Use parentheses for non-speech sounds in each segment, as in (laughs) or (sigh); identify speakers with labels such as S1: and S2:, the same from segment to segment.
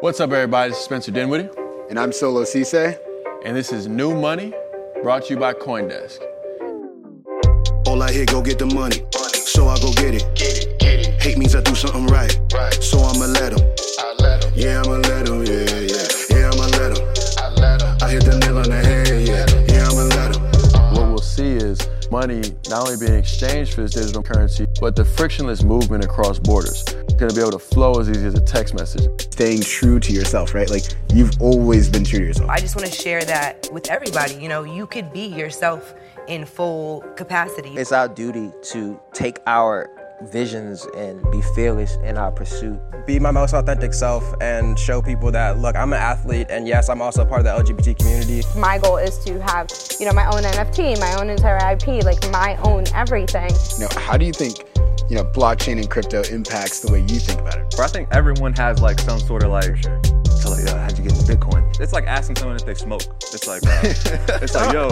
S1: What's up, everybody? This is Spencer Dinwiddie,
S2: And I'm Solo Cisse.
S1: and this is New Money brought to you by Coindesk.
S3: All I hear, go get the money. So I go get it. Hate means I do something right. So I'ma let 'em. Yeah, I'ma let 'em, Yeah, yeah. Yeah, I'ma let 'em. I hit the nail on the head. Yeah, yeah, I'ma let 'em.
S1: What we'll see is money not only being exchanged for this digital currency, but the frictionless movement across borders. It's going to be able to flow as easy as a text message.
S2: Staying true to yourself, right? Like you've always been true to yourself.
S4: I just want to share that with everybody. You know, you could be yourself in full capacity.
S5: it's our duty to take our visions and be fearless in our pursuit.
S6: be my most authentic self and show people that look i'm an athlete and yes i'm also a part of the lgbt community
S7: my goal is to have you know my own nft my own entire ip like my own everything
S2: Now, how do you think, you know, blockchain and crypto impacts the way you think about it?
S8: But I think everyone has like some sort of like. So like, uh, how'd you get into Bitcoin? It's like asking someone if they smoke. It's like, (laughs) uh, it's like, yo,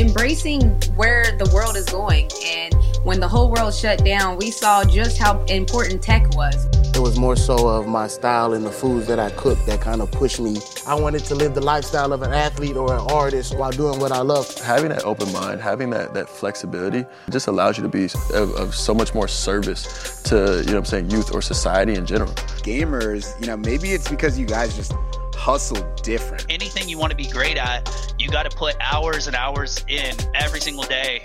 S9: embracing where the world is going. And when the whole world shut down, we saw just how important tech was.
S10: It was more so of my style and the foods that I cooked that kind of pushed me. I wanted to live the lifestyle of an athlete or an artist while doing what I love.
S1: Having that open mind, having that, that flexibility just allows you to be of, of so much more service to, you know what I'm saying, youth or society in general.
S2: Gamers, you know, maybe it's because you guys just hustle different.
S11: anything you want to be great at, you got to put hours and hours in every single day.